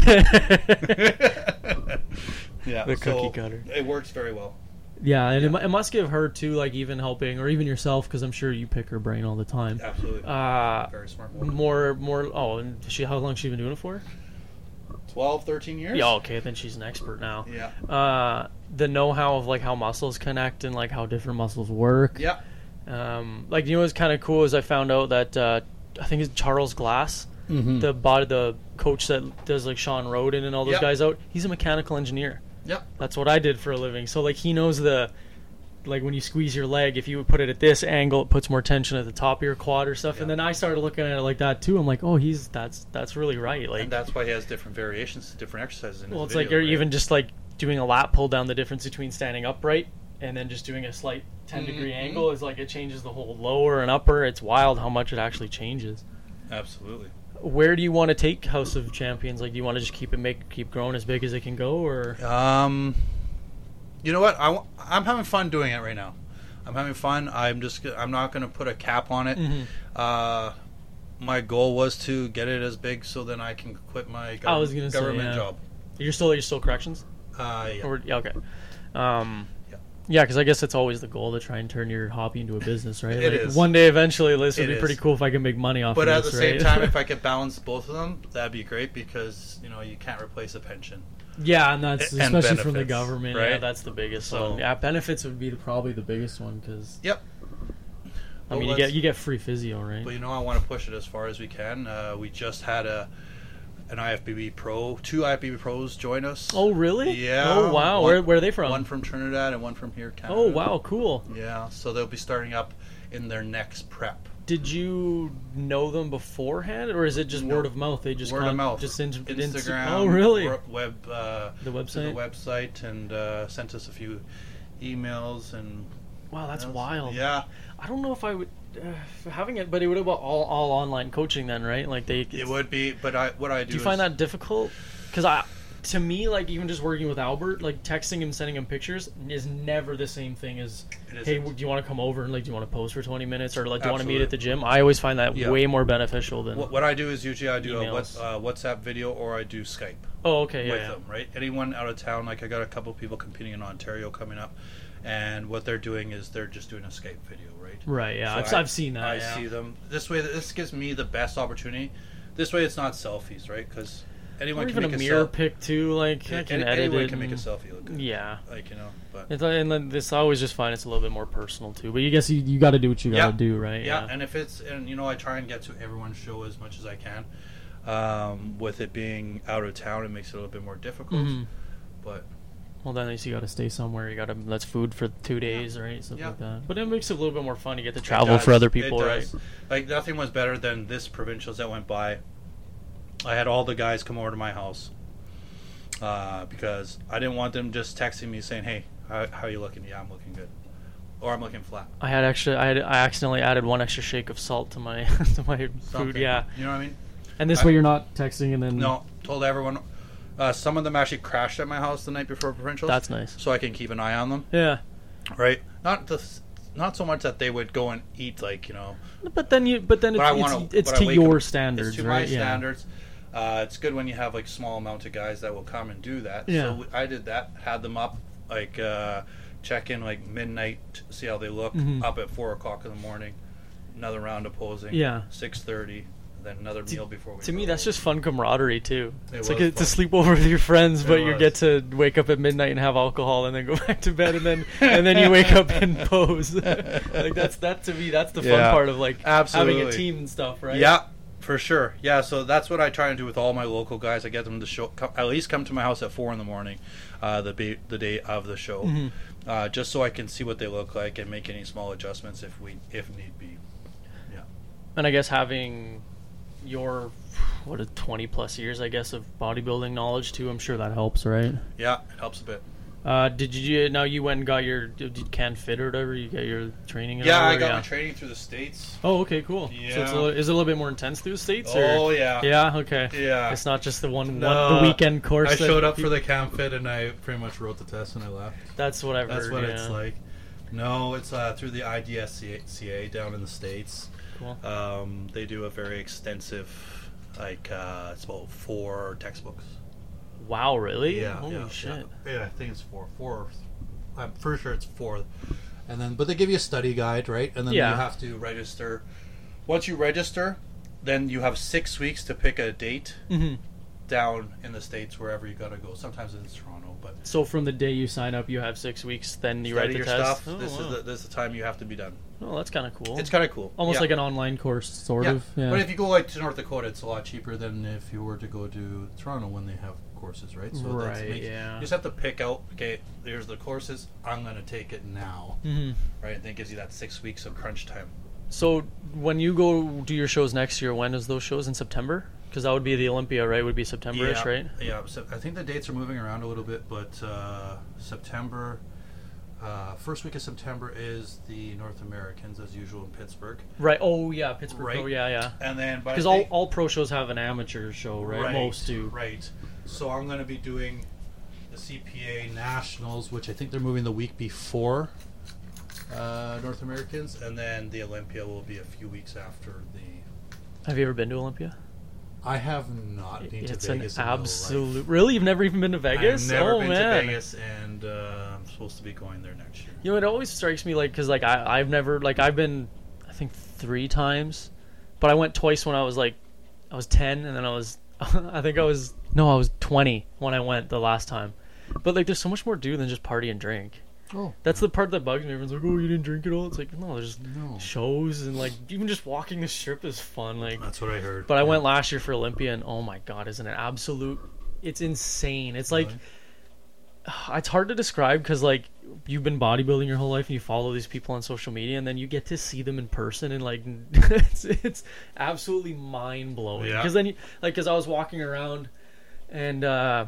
C: [LAUGHS] yeah.
A: The
C: so
A: cookie cutter.
C: It works very well.
A: Yeah, and It,
C: Yeah.
A: mu- it must give her too, like even helping or even yourself, because I'm sure you pick her brain all the time.
C: Absolutely.
A: Uh,
C: very smart woman.
A: more, more. Oh, and she how long she been doing it for?
C: 12, 13 years.
A: Yeah, okay, then she's an expert now.
C: Yeah.
A: Uh, the know-how of like how muscles connect and like how different muscles work.
C: Yeah.
A: Um, like you know what's kind of cool is I found out that uh, I think it's Charles Glass,
C: Mm-hmm.
A: the body, the coach that does like Sean Roden and all those
C: Yep.
A: guys out. He's a mechanical engineer.
C: Yep.
A: That's what I did for a living. So like he knows the like when you squeeze your leg, if you put it at this angle, it puts more tension at the top of your quad or stuff. And
C: Yeah.
A: then I started looking at it like that too. I'm like, oh, he's that's that's really right. Like,
C: and that's why he has different variations, different exercises. In
A: well,
C: his
A: it's like
C: video,
A: you're
C: right?
A: even just like doing a lat pull down. The difference between standing upright and then just doing a slight 10 degree
C: Mhm.
A: angle is like it changes the whole lower and upper. It's wild how much it actually changes.
C: absolutely.
A: Where do you want to take House of Champions? Like, do you want to just keep it make keep growing as big as it can go, or
C: Um, you know what? I w- I'm having fun doing it right now. I'm having fun. I'm just. g- I'm not going to put a cap on it.
A: Mhm.
C: Uh, my goal was to get it as big so then I can quit my gov-
A: I was gonna say,
C: government
A: yeah.
C: job.
A: you're still you're still corrections?
C: Uh, yeah.
A: Or, yeah, okay. Um,
C: Yeah.
A: yeah, because I guess it's always the goal to try and turn your hobby into a business, right?
C: It is.
A: One day, eventually, this would
C: It
A: be pretty
C: is.
A: cool if I could make money off.
C: But
A: of
C: at the
A: this,
C: same
A: right? [LAUGHS]
C: time, if I could balance both of them, that'd be great because you know you can't replace a pension.
A: yeah, and that's
C: And
A: especially from the
C: benefits,
A: government. Yeah,
C: right?
A: that's the biggest
C: So-
A: one. Yeah, benefits would be the, probably the biggest one because
C: Yep.
A: I mean, you
C: Well,
A: get
C: let's-
A: you get free physio, right?
C: But you know, I want to push it as far as we can. Uh, we just had a an IFBB pro. Two IFBB pros join us.
A: Oh, really?
C: Yeah.
A: Oh, wow.
C: One-
A: where, where are they from?
C: One from Trinidad and one from here, Canada.
A: Oh, wow. Cool.
C: Yeah, so they'll be starting up in their next prep.
A: Did you know them beforehand, or is it just
C: No.
A: word of mouth? They just
C: Word of
A: con-
C: mouth.
A: Just in- in-
C: Instagram.
A: oh, really?
C: wor- Web. Uh,
A: The
C: to the
A: website.
C: website and uh, sent us a few emails and
A: wow, Oh, that's
C: emails.
A: wild.
C: Yeah,
A: I don't know if I would uh, having it, but it would have all all online coaching then, right? Like they.
C: it would be. But I what I do.
A: Do you
C: is-
A: find that difficult? Because I, to me, like even just working with Albert, like texting him, sending him pictures is never the same thing as
C: It
A: hey,
C: isn't.
A: w- do you want to come over and like do you want to pose for twenty minutes or like do you want to meet at
C: Absolutely.
A: the gym? I always find that
C: Yeah.
A: way more beneficial than
C: What, what I do is usually I do a what,
A: Emails.
C: uh, WhatsApp video or I do Skype
A: oh okay
C: with
A: yeah.
C: them, right? Anyone out of town, like I got a couple people competing in Ontario coming up, and what they're doing is they're just doing a Skype video, right?
A: Right, yeah,
C: So
A: I've,
C: I-
A: I've seen that.
C: I
A: yeah.
C: see them. This way, this gives me the best opportunity. This way, it's not selfies, right? Because anyone
A: Or
C: can
A: even a
C: make
A: mirror
C: selfie.
A: pick too. Like I can edit
C: anyone
A: it
C: can make a
A: and-
C: selfie look good.
A: Yeah,
C: Like you know, but
A: it's, uh, and then this I always just find it's a little bit more personal too. But you guess you, you got to do what you got to
C: Yeah.
A: do, right?
C: yeah, and if it's and you know, I try and get to everyone's show as much as I can. Um, with it being out of town, it makes it a little bit more difficult.
A: Mhm.
C: But
A: Well, then at least you got to stay somewhere. You got to that's food for two days, right? Stuff
C: Yeah.
A: like that. But it makes it a little bit more fun. You get to
C: It
A: travel
C: does.
A: for other
C: It
A: people, right?
C: does. Like nothing was better than this provincials that went by. I had all the guys come over to my house uh, because I didn't want them just texting me saying, "Hey, how, how you looking? Yeah, I'm looking good, or I'm looking flat."
A: I had actually, I had, I accidentally added one extra shake of salt to my [LAUGHS] to my food.
C: Something.
A: Yeah, Mm.
C: you know what I mean.
A: and this
C: I-
A: way you're not texting and then
C: No, told everyone. Uh, some of them actually crashed at my house the night before provincials.
A: That's nice.
C: So I can keep an eye on them,
A: Yeah,
C: right? Not the, not so much that they would go and eat like you know
A: but then you, but then it's
C: But I
A: it's,
C: wanna-
A: it's
C: but I
A: to
C: wake
A: your
C: up-
A: standards,
C: it's to
A: right?
C: my standards. Uh, it's good when you have like small amount of guys that will come and do that.
A: Yeah.
C: So w- I did that. Had them up like uh, check in like midnight, t- see how they look.
A: Mhm.
C: Up at four o'clock in the morning. Another round of posing.
A: Yeah.
C: Six thirty. Then another meal before we.
A: To me,
C: go.
A: that's just fun camaraderie too.
C: It
A: it's like
C: was
A: a, to
C: fun.
A: sleep over with your friends,
C: It
A: but you
C: was.
A: get to wake up at midnight and have alcohol, and then go [LAUGHS] back to bed, and then and then you wake up
C: [LAUGHS]
A: and pose. [LAUGHS] like that's that to me, that's the fun
C: Yeah.
A: part of like having a
C: Absolutely.
A: team and stuff, right?
C: Yeah, for sure. Yeah, so that's what I try and do with all my local guys. I get them to show come, at least come to my house at four in the morning, uh, the ba- the day of the show,
A: Mhm.
C: uh, just so I can see what they look like and make any small adjustments if we if need be.
A: And I guess having your what a twenty plus years, I guess, of bodybuilding knowledge too. I'm sure that helps, right?
C: Yeah, it helps a bit.
A: Uh, did you now you went and got your did Can Fit or whatever? You got your training? and
C: yeah,
A: all
C: I
A: that,
C: got my training through the states.
A: Oh, okay, cool. So it's
C: Yeah.
A: a little, is it a little bit more intense through the states? or-
C: Oh yeah.
A: Yeah. Okay.
C: Yeah.
A: It's not just the one,
B: No,
A: one the weekend course.
B: I
A: that
B: showed up for
A: peop-
B: the camp fit and I pretty much wrote the test and I left.
A: That's what I've
B: That's
A: heard.
B: what
A: yeah.
B: it's like.
C: No, it's uh, through the IDSCA down in the states.
A: Cool.
C: Um, they do a very extensive, like uh, it's about four textbooks.
A: Wow. Really?
C: Yeah,
A: Holy
C: yeah, yeah.
A: shit.
B: Yeah, I think it's four.
C: Four.
B: I'm pretty sure it's four. And then, but they give you a study guide, right? And then
A: Yeah.
B: you have
C: to
B: to.
C: register. Once you register, then you have six weeks to pick a date
A: hmm
C: down in the states wherever you gotta go. Sometimes it's Toronto, but
A: So from the day you sign up, you have six weeks. Then you
C: study
A: write the
C: your
A: test.
C: stuff.
A: Oh,
C: this
A: wow.
C: is the, this is the time you have to be done.
A: oh, that's kind of cool.
C: It's kind of cool.
A: almost
C: Yeah.
A: like an online course, sort
C: yeah.
A: of. Yeah.
C: But if you go like to North Dakota, it's a lot cheaper than if you were to go to Toronto when they have courses, right? that's-
A: Right,
C: makes-
A: yeah.
C: You just have to pick out. Okay, there's the courses. I'm gonna take it now,
A: Mhm.
C: right? And then it gives you that six weeks of crunch time.
A: So when you go do your shows next year, when is those shows in September? Because that would be the Olympia, right? Would be Septemberish,
C: yeah,
A: right?
C: Yeah, so I think the dates are moving around a little bit, but uh, September, uh, first week of September is the North Americans as usual in Pittsburgh,
A: Right. Oh yeah, Pittsburgh.
C: Right.
A: Oh yeah, yeah.
C: and then by
A: Because all, all pro shows have an amateur show, right? Most do.
C: right. So I'm going to be doing the CPA
B: Nationals, which I think they're moving the week before
C: uh, North Americans, and then the Olympia will be a few weeks after the.
A: Have you ever been to Olympia?
B: I have not been to
A: it's
B: Vegas.
A: an
B: in my life.
A: absolute. Really, you've never even been to Vegas?
C: I've never
A: oh
C: been
A: man!
C: to Vegas, and uh, I'm supposed to be going there next year.
A: You know, it always strikes me like because like I I've never like I've been, I think three times, but I went twice when I was like, I was ten, and then I was [LAUGHS] I think I was no I was twenty when I went the last time, but like there's so much more to do than just party and drink.
B: Oh.
A: That's the part that bugs me. Everyone's like, "Oh, you didn't drink at all." It's like, no, there's
B: No.
A: shows and like even just walking the strip is fun. Like,
B: That's what I heard.
A: but I went last year for Olympia, and oh my god, isn't it absolute? It's insane. It's like it's hard to describe because like you've been bodybuilding your whole life and you follow these people on social media and then you get to see them in person and like [LAUGHS] it's, it's absolutely mind blowing
B: Yeah.
A: because then you, like because I was walking around and uh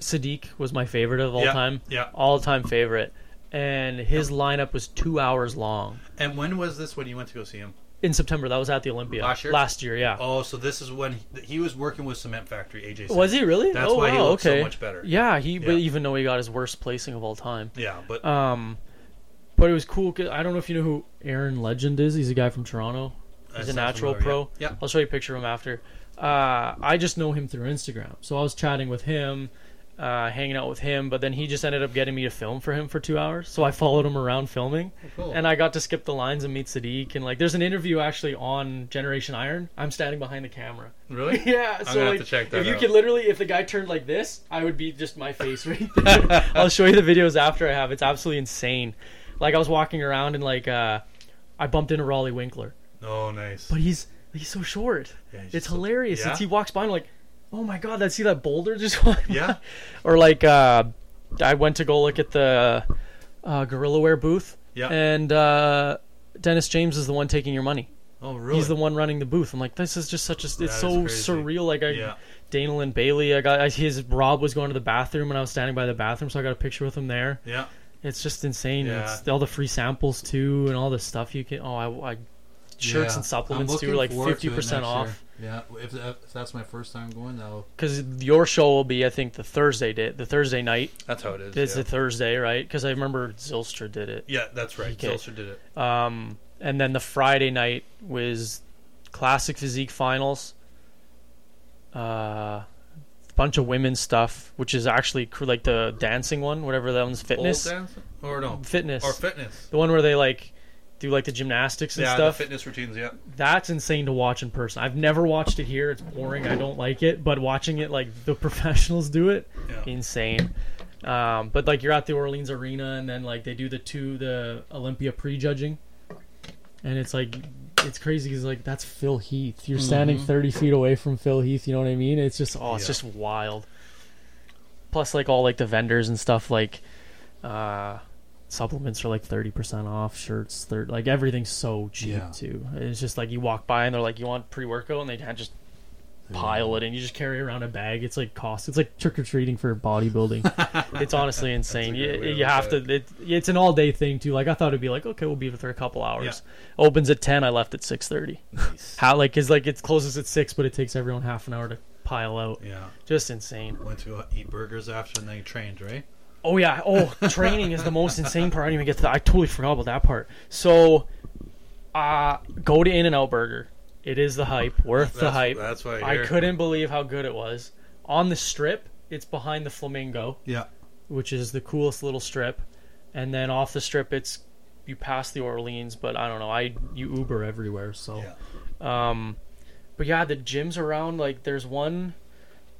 A: Sadiq was my favorite of all
B: Yeah,
A: time
B: yeah.
A: all time favorite and his lineup was two hours long
B: And when was this when you went to go see him?
A: in September that was at the Olympia
B: Last year?
A: last year yeah
B: Oh, so this is when he, he was working with Cement Factory, AJ.
A: was he really
B: That's
A: oh
B: why he
A: wow
B: looked so
A: okay
B: much better.
A: yeah he but
B: Yeah.
A: even though he got his worst placing of all time
B: Yeah, but
A: Um, but it was cool. 'cause I don't know if you know who Aaron Legend is. He's a guy from Toronto. He's a
B: sounds
A: natural
B: familiar,
A: pro.
B: yeah. Yeah.
A: I'll show you a picture of him after. Uh, I just know him through Instagram. So I was chatting with him, uh, hanging out with him, but then he just ended up getting me to film for him for two hours. So I followed him around filming.
B: Oh, cool.
A: And I got to skip the lines and meet Sadiq. And like, there's an interview actually on Generation Iron. I'm standing behind the camera.
B: really?
A: [LAUGHS] Yeah, so
B: gonna have
A: like,
B: to check that
A: if you
B: out.
A: could literally, if the guy turned like this, I would be just my face [LAUGHS] right
B: [LAUGHS]
A: there. I'll show you the videos after I have. It's absolutely insane. Like I was walking around and like uh, I bumped into Raleigh Winkler,
B: Oh, nice.
A: but he's he's so short.
B: Yeah, he's
A: it's
B: just-
A: hilarious.
B: yeah.
A: It's, he walks by and I'm like, oh my god, that see that boulder [LAUGHS] just. Walked by?"
B: Yeah.
A: Or like uh, I went to go look at the uh, Gorilla Wear booth.
B: Yeah.
A: And uh, Dennis James is the one taking your money.
B: Oh, really?
A: He's the one running the booth. I'm like, this is just such a. It's
B: That is
A: so
B: crazy.
A: surreal. Like I,
B: Yeah.
A: Daniel and Bailey. I got I, his Rob was going to the bathroom, and I was standing by the bathroom, so I got a picture with him there.
B: Yeah.
A: It's just insane.
B: Yeah.
A: It's all the free samples too, and all the stuff you can. Oh, I, I shirts
B: Yeah.
A: and
B: I'm
A: supplements too,
B: looking
A: are like
B: forward to
A: fifty
B: it
A: percent
B: next
A: off.
B: year. Yeah, if, that, if that's my first time going, though,
A: Because your show will be, I think, the Thursday day, the Thursday night.
B: that's how it is.
A: It's
B: yeah.
A: the Thursday, right? Because I remember Zilstra did it.
B: yeah, that's right.
A: Okay.
B: Zilstra did it.
A: Um, and then the Friday night was classic physique finals. Uh, bunch of women's stuff, which is actually cr- like the dancing one, whatever that one's fitness.
B: Pole dance or no?
A: Fitness.
B: Or fitness.
A: the one where they like do like the gymnastics and
B: yeah,
A: stuff.
B: the fitness routines. Yeah.
A: That's insane to watch in person. I've never watched it here. It's boring. I don't like it. But watching it like the [LAUGHS] professionals do it,
B: Yeah.
A: insane. Um, but like you're at the Orleans Arena, and then like they do the two the Olympia prejudging, and it's like it's crazy because like that's Phil Heath.
B: Mm-hmm.
A: You're standing 30 feet away from Phil Heath. You know what I mean? It's just oh, it's
B: Yeah.
A: just wild. Plus like all like the vendors and stuff like. Uh, supplements are like 30% off shirts thir- like everything's so cheap
B: Yeah.
A: too it's just like you walk by and they're like you want pre-workout and they kind of just pile it and you just carry around a bag it's like cost it's like trick-or-treating for bodybuilding
B: [LAUGHS]
A: it's honestly insane
B: good
A: you,
B: way to
A: you
B: look
A: have
B: at
A: to it, it's an all-day thing too like i thought it'd be like okay we'll be there for a couple hours opens at 10 i left at 6.30
B: [LAUGHS] Nice.
A: how like is like it closes at 6 but it takes everyone half an hour to pile out
B: Yeah.
A: just insane
B: Went to go eat burgers after and then you trained, right?
A: Oh yeah. Oh, training is the most insane part. I didn't even get to. That. I totally forgot about that part. So, uh go to In and Out Burger. It is the hype. Worth the
B: That's-
A: hype.
B: that's what I
A: I
B: hear.
A: couldn't believe how good it was. On the strip, it's behind the Flamingo,
B: Yeah.
A: which is the coolest little strip, and then off the strip, it's you pass the Orleans, but I don't know. I you Uber everywhere, so.
B: Yeah.
A: Um, but yeah, the gyms around like there's one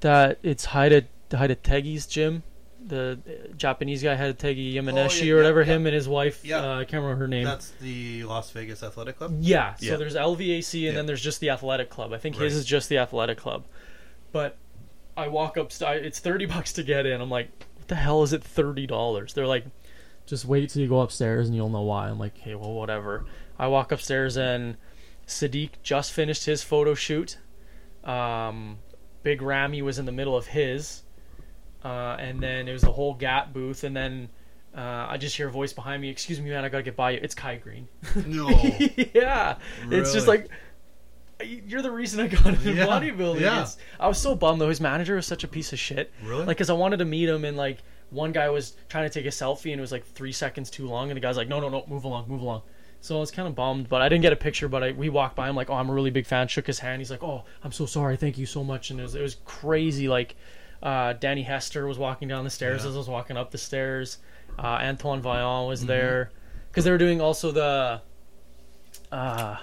A: that it's Haida Haida Tegi's gym, the uh, Japanese guy Haida Tegi Yamaneshi
B: Oh, yeah,
A: or
B: yeah,
A: whatever.
B: yeah.
A: Him and his wife.
B: Yeah.
A: Uh, I can't remember her name.
B: That's the Las Vegas
A: [LAUGHS]
B: Athletic Club.
A: yeah. So
B: Yeah.
A: there's LVAC and
B: Yeah.
A: then there's just the athletic club. I think
B: Right.
A: his is just the athletic club, but I walk up. It's thirty [LAUGHS] bucks to get in. I'm like, what the hell is it thirty dollars? They're like, just wait till you go upstairs and you'll know why. I'm like, hey, well, whatever. I walk upstairs and Sadiq just finished his photo shoot. Um, Big Ramy was in the middle of his, uh, and then it was the whole Gap booth, and then. Uh, I just hear a voice behind me. Excuse me, man. I gotta get by you. It's Kai Green. [LAUGHS]
B: No.
A: yeah, it's just
B: Really?
A: like you're the reason I got into
B: Yeah,
A: bodybuilding.
B: yeah.
A: It's- I was so bummed though. His manager was such a piece of shit.
B: Really?
A: Like, cause I wanted to meet him, and like one guy was trying to take a selfie, and it was like three seconds too long, and the guy's like, "No, no, no, move along, move along." So I was kind of bummed, but I didn't get a picture. But I, we walked by. I'm like, "Oh, I'm a really big fan." Shook his hand. He's like, "Oh, I'm so sorry. Thank you so much." And it was it was crazy. Like, uh, Danny Hester was walking down the stairs
B: Yeah.
A: as I was walking up the stairs. Uh, Antoine Vaillant was there because they were doing also the uh,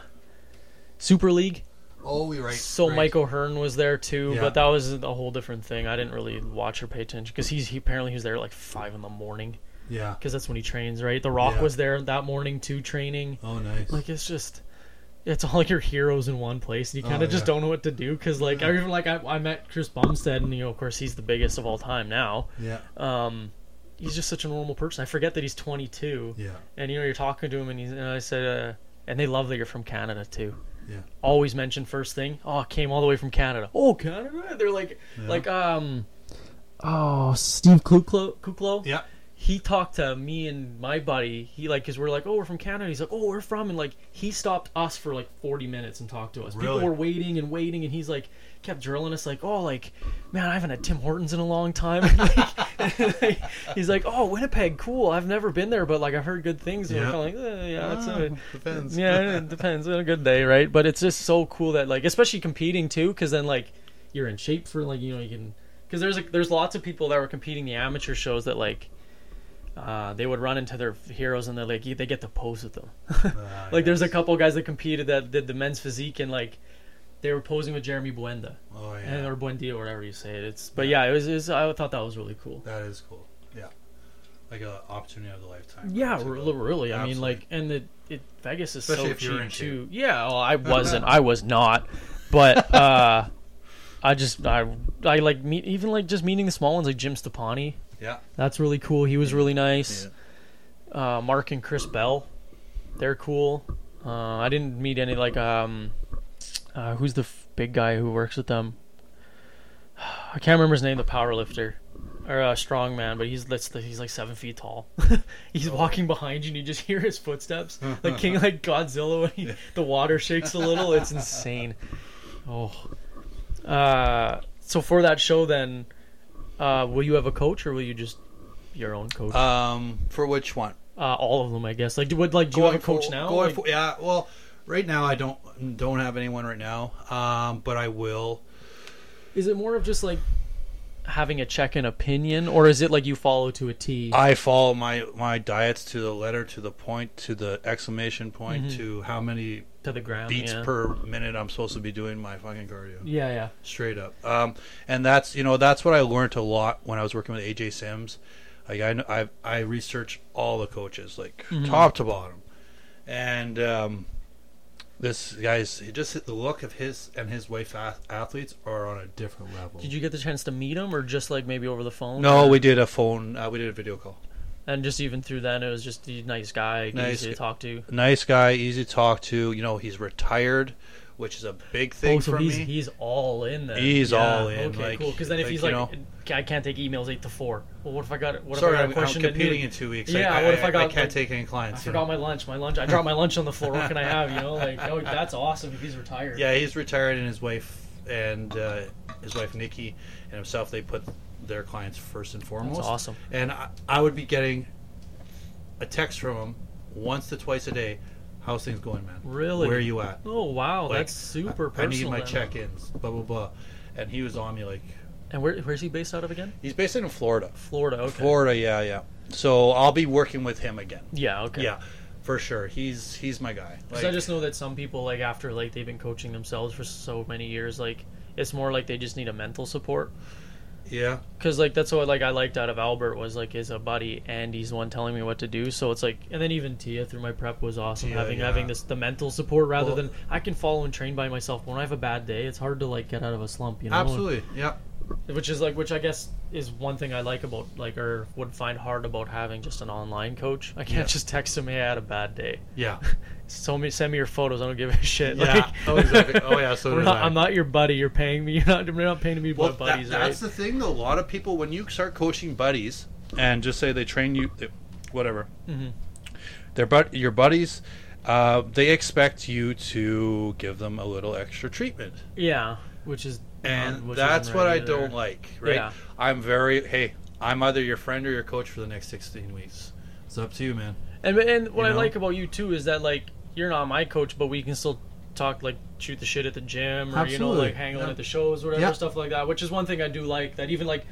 A: Super League.
B: oh, we right.
A: So
B: right.
A: Mike O'Hearn was there too,
B: Yeah.
A: but that was a whole different thing. I didn't really watch or pay attention because he's he apparently he was there at like five in the morning.
C: Yeah.
A: because that's when he trains, right? The Rock
C: Yeah.
A: was there that morning too, training.
C: Oh, nice.
A: Like it's just, it's all like your heroes in one place, and you
C: Oh,
A: kind of just
C: yeah.
A: don't know what to do. Because like I even like I, I met Chris Bumstead, and you know of course he's the biggest of all time now.
C: yeah.
A: Um, he's just such a normal person. I forget that he's 22,
C: Yeah.
A: and you know you're talking to him, and he's and I said, uh, and they love that you're from Canada too.
C: Yeah.
A: Always mention first thing. Oh, I came all the way from Canada. Oh, Canada. They're like,
C: Yeah.
A: like um, oh Steve Kuklo, Kuklo
C: Yeah.
A: he talked to me and my buddy. He like, cause we're like, oh, we're from Canada. He's like, oh, we're from, and like, he stopped us for like forty minutes and talked to us.
C: Really?
A: People were waiting and waiting, and he's like, kept drilling us, like, oh, like, man, I haven't had Tim Hortons in a long time. [LAUGHS] Like, [LAUGHS] he's like, oh, Winnipeg, cool. I've never been there, but like, I've heard good things. And
C: Yeah.
A: we're kind of like, eh, yeah, that's
C: Ah,
A: a,
C: depends.
A: yeah,
C: [LAUGHS]
A: it depends on a good day, right? But it's just so cool that like, especially competing too, because then like, you're in shape for like, you know, you can, because there's like, there's lots of people that were competing the amateur shows that like, uh, they would run into their heroes and they're like, they get to pose with them. [LAUGHS]
C: Ah,
A: Like, there's a
C: yes.
A: couple guys that competed that did the men's physique and like, they were posing with Jeremy Buenda
C: Oh yeah.
A: and or Buendia, or whatever you say it. It's but yeah, it was, it was. I thought that was really cool.
C: that is cool. Yeah. Like an opportunity of a lifetime.
A: Yeah,
C: To
A: re-
C: go.
A: really. I mean,
C: Absolutely.
A: like, and the it, Vegas is
C: Especially
A: so
C: if you're Uh-huh.
A: cheap too.
C: in
A: Yeah, well, I wasn't. I was not. But [LAUGHS] uh, I just I I like meet even like just meeting the small ones like Jim Stepani.
C: Yeah.
A: That's really cool. He was really nice.
C: Yeah.
A: Uh, Mark and Chris Bell, they're cool. Uh, I didn't meet any like um, uh, who's the f- big guy who works with them? [SIGHS] I can't remember his name. The power lifter or uh, strong man, but he's that's the, he's like seven feet tall. [LAUGHS] he's walking behind you, and you just [LAUGHS] hear his footsteps, like King, like Godzilla. When he, the water shakes a little, it's insane. Oh, uh, so for that show, then, uh, will you have a coach, or will you just your own coach?
C: Um.
D: For which one?
A: Uh, all of them, I guess. Like, do, would like do you have a coach
C: for-
A: now?
C: Going
A: Like,
C: for, yeah. Well, right now I don't don't have anyone right now. Um. But I will.
A: is it more of just like having a check in opinion, or is it like you follow to a T?
C: I follow my my diets to the letter, to the point, to the exclamation point, to how many
A: to the ground?
C: beats
A: Mm-hmm. yeah.
C: per minute I'm supposed to be doing my fucking cardio.
A: Yeah, yeah.
C: Straight up. Um, and that's you know that's what I learned a lot when I was working with AJ Sims. Like I kn- I I researched all the coaches like
A: Mm-hmm.
C: top to bottom, and um, this guy's he just the look of his and his wife ath- athletes are on a different level.
A: Did you get the chance to meet him, or just like maybe over the phone?
C: no,
A: or-
C: we did a phone. Uh, we did a video call.
A: And just even through then, it was just a nice guy,
C: Nice
A: nice easy
C: guy.
A: to talk to.
C: Nice guy, easy to talk to. You know he's retired, which is a big thing
A: oh, so
C: for
A: he's
C: me.
A: he's all in then.
C: He's all in,
A: Okay,
C: like-
A: cool. Because then if
C: like,
A: he's
C: you
A: like,
C: know.
A: "Okay, I can't take emails eight to four. Well, what if I got what
C: Sorry,
A: if I got
C: I'm,
A: a
C: I'm
A: question at
C: competing
A: noon?
C: in two weeks.
A: Yeah,
C: I,
A: what if I got,
C: can't
A: like,
C: take any
A: I
C: clients. you know?
A: forgot my lunch. My lunch. I dropped my lunch on the floor. What
C: [LAUGHS]
A: can I have? You know, like oh, that's awesome. If he's retired.
C: Yeah, he's retired, and his wife and uh, his wife Nikki and himself they put their clients first and foremost.
A: awesome.
C: And I, I would be getting a text from him once to twice a day. How's things going, man?
A: Really?
C: Where are you at?
A: Oh wow,
C: Like,
A: that's super
C: I
A: personal.
C: need my
A: then.
C: check-ins. Blah blah blah. And he was on me like
A: And where where's he based out of again?
C: he's based in Florida.
A: Florida. Okay.
C: Florida, yeah, yeah. So I'll be working with him again.
A: Yeah. Okay.
C: Yeah, for sure. He's he's my guy.
A: Because I just know that some people like after like they've been coaching themselves for so many years, like it's more like they just need a mental support.
C: yeah.
A: Because like that's what like I liked out of Albert was like his a buddy and he's the one telling me what to do. So it's like and then even Tia through my prep was awesome
C: Tia,
A: having
C: yeah.
A: having this the mental support rather
C: Well-
A: than I can follow and train by myself. When I have a bad day, it's hard to like get out of a slump. You know.
C: Absolutely. Yeah.
A: which is like which i guess is one thing i like about like or would find hard about having just an online coach i can't
C: Yeah.
A: just text him hey i had a bad day
C: Yeah.
A: so me send me your photos i don't give a [LAUGHS] shit
C: Yeah.
A: like,
C: Oh, exactly. Oh, yeah, so
A: we're
C: did
A: not,
C: I.
A: [LAUGHS] i'm not your buddy you're paying me [LAUGHS] you're not you're not paying to be
C: Well,
A: my buddies
C: that, that's
A: right
C: the thing. Though. A lot of people, when you start coaching buddies, and just say they train you, they- whatever,
A: Mhm.
C: their but your buddies, uh, they expect you to give them a little extra treatment,
A: yeah which is
C: and
A: Uh, which
C: that's
A: isn't
C: what
A: right
C: I
A: either.
C: don't like. Right?
A: Yeah.
C: I'm very hey. I'm either your friend or your coach for the next 16 weeks. It's up to you, man.
A: and, and what i
C: You know?
A: like about you too is that like you're not my coach but we can still talk like shoot the shit at the gym or you know
C: Absolutely.
A: like hang out
C: Yeah.
A: at the shows whatever
C: Yeah.
A: stuff like that which is one thing i do like that even like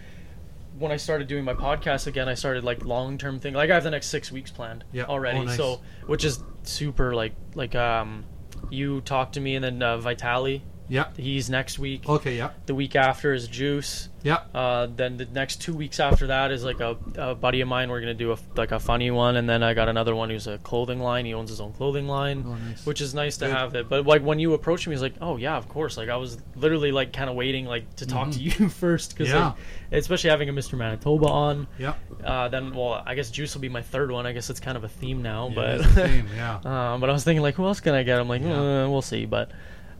A: when I started doing my podcast again, I started like long term thing. Like I have the next six weeks planned
C: Yeah.
A: already.
C: Oh, nice.
A: So which is super like like um you talked to me and then uh, Vitali
C: Yeah.
A: He's next week.
C: Okay. Yeah.
A: The week after is Juice.
C: Yeah.
A: Uh, then the next two weeks after that is like a, a buddy of mine. We're gonna do a like a funny one, and then I got another one who's a clothing line. He owns his own clothing line,
C: Oh, nice.
A: which is nice to
C: Good.
A: have it. But like when you approached me, he's like, "Oh yeah, of course." Like I was literally like kind of waiting like to talk to you [LAUGHS] first because
C: Mm-hmm. Yeah.
A: like, especially having a Mr. Manitoba on.
C: Yeah.
A: Uh, then well, I guess Juice will be my third one. I guess it's kind of a theme now,
C: Yeah,
A: but
C: it's
A: [LAUGHS]
C: the same, yeah.
A: Um, but I was thinking like, who else can I get? I'm like,
C: Yeah.
A: uh, we'll see. But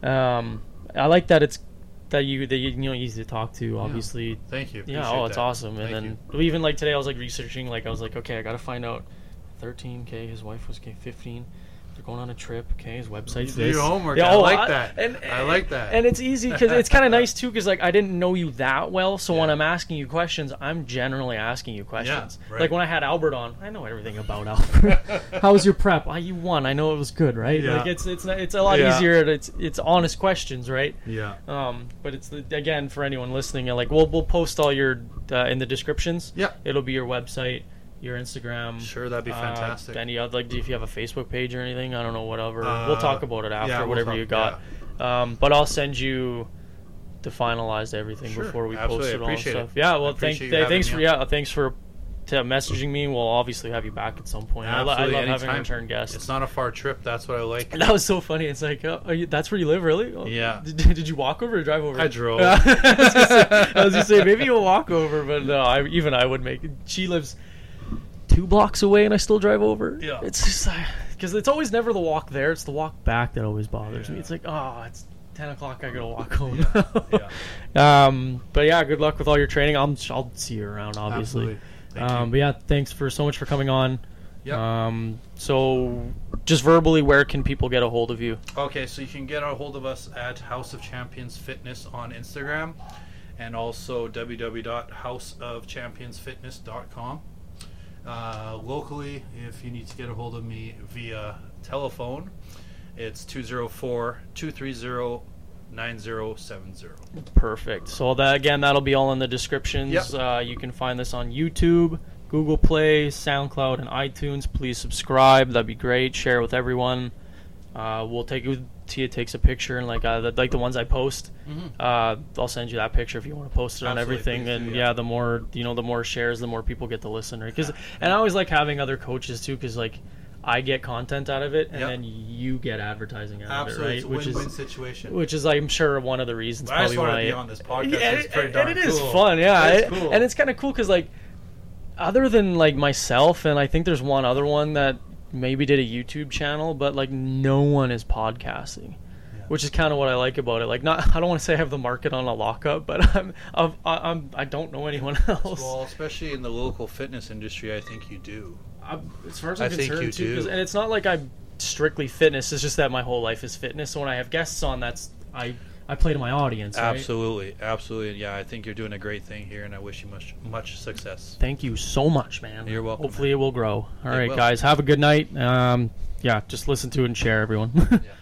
A: um, I like that it's that you that you, you know easy to talk to. Obviously,
C: Thank you.
A: yeah.
C: Appreciate
A: oh, it's
C: that.
A: awesome. And
C: Thank
A: then
C: you.
A: even like today, I was like researching. Like I was like, okay, I gotta find out. 13k. His wife was k 15. They're going on a trip. Okay, his website's
C: do
A: this.
C: your homework.
A: Yeah,
C: I
A: oh,
C: like that. I like that.
A: And it's easy because it's kind of nice too. Because like I didn't know you that well, so when
C: Yeah.
A: I'm asking you questions, I'm generally asking you questions.
C: right.
A: Like when I had Albert on, I know everything about Albert.
C: [LAUGHS]
A: How was your prep? Ah, you won. I know it was good, right?
C: Yeah.
A: Like it's it's not- it's a lot
C: Yeah.
A: easier. and It's it's honest questions, right?
C: yeah.
A: Um, but it's the, again for anyone listening, and like we'll we'll post all your uh, in the descriptions.
C: Yeah.
A: it'll be your website, your Instagram.
C: Sure, that'd be
A: uh,
C: fantastic.
A: any other like if you have a Facebook page or anything, I don't know whatever.
C: Uh,
A: we'll talk about it after
C: yeah, we'll
A: whatever
C: talk-
A: you got. Um, but I'll send you the finalized everything
C: Sure,
A: before we
C: absolutely,
A: post it all and
C: appreciate it.
A: stuff. Yeah, well,
C: Appreciate
A: thank,
C: you
A: th-
C: having
A: thanks
C: me
A: for
C: on.
A: yeah, thanks for to messaging me. We'll obviously have you back at some point. I, lo- I
C: Absolutely,
A: love having
C: anytime.
A: return guests.
C: It's not a far trip. That's what I like.
A: And [LAUGHS] that was so funny. It's like, oh, are you, that's where you live, really? Oh,
C: Yeah.
A: Did, did you walk over or drive over?
C: I drove.
A: [LAUGHS] I was gonna say- I was gonna say maybe you'll walk over, but no. I, even I would make. it. She lives two blocks away, and I still drive over.
C: Yeah.
A: It's just because it's always never the walk there; it's the walk back that always bothers me.
C: Yeah.
A: It's like, oh, it's ten o'clock. I gotta walk home. [LAUGHS]
C: Yeah.
A: Um. But yeah, good luck with all your training. I'm. I'll see you around, obviously.
C: Absolutely. Thank
A: Um.
C: you.
A: But yeah, thanks for so much for coming on.
C: Yep.
A: Um, so, just verbally, where can people get a hold of you?
C: Okay, so you can get a hold of us at House of Champions Fitness on Instagram and also www.houseofchampionsfitness.com. Uh, locally, if you need to get a hold of me via telephone, it's 204 230 9070.
A: Perfect. So that again, that'll be all in the descriptions.
C: Yep.
A: Uh, you can find this on YouTube, Google Play, SoundCloud, and iTunes. Please subscribe. That'd be great. Share with everyone. Uh, we'll take Tia takes a picture and like uh, the, like the ones I post. Uh, I'll send you that picture if you want to post it on
C: Absolutely,
A: everything.
C: please do,
A: And
C: yeah.
A: yeah, the more you know, the more shares, the more people get to listen. Right? Cause, and I always like having other coaches too, because like. I get content out of it, and
C: Yep.
A: then you get advertising out
C: Absolutely,
A: of
C: it's
A: it,
C: a
A: right? Which
C: win win
A: is
C: situation.
A: which is I'm sure one of the reasons.
C: I just
A: probably
C: wanted
A: why
C: to be
A: it-
C: on this podcast.
A: Yeah,
C: it's pretty
A: and-
C: darn
A: and it is
C: cool.
A: fun, yeah,
C: It's
A: It-
C: cool.
A: and it's kind of cool because like, other than like myself and I think there's one other one that maybe did a YouTube channel, but like no one is podcasting. Which is kind of what I like about it. Like, not [LAUGHS] I don't want to say I have the market on a lockup, but [LAUGHS] I'm I've, I- I'm I don't know anyone else.
C: well, especially in the local fitness industry, I think you do.
A: I'm, as far as
C: I
A: I'm
C: think
A: concerned,
C: you
A: too, 'cause-
C: do.
A: and it's not like I'm strictly fitness. It's just that my whole life is fitness. So when I have guests on, that's I I play to my audience. right?
C: Absolutely, absolutely, and yeah, I think you're doing a great thing here, and I wish you much much success.
A: Thank you so much, man.
C: You're welcome,
A: Hopefully it will grow. All right,
C: will.
A: guys, have a good night. Um, yeah, just listen to it and share, everyone. [LAUGHS]
C: Yeah.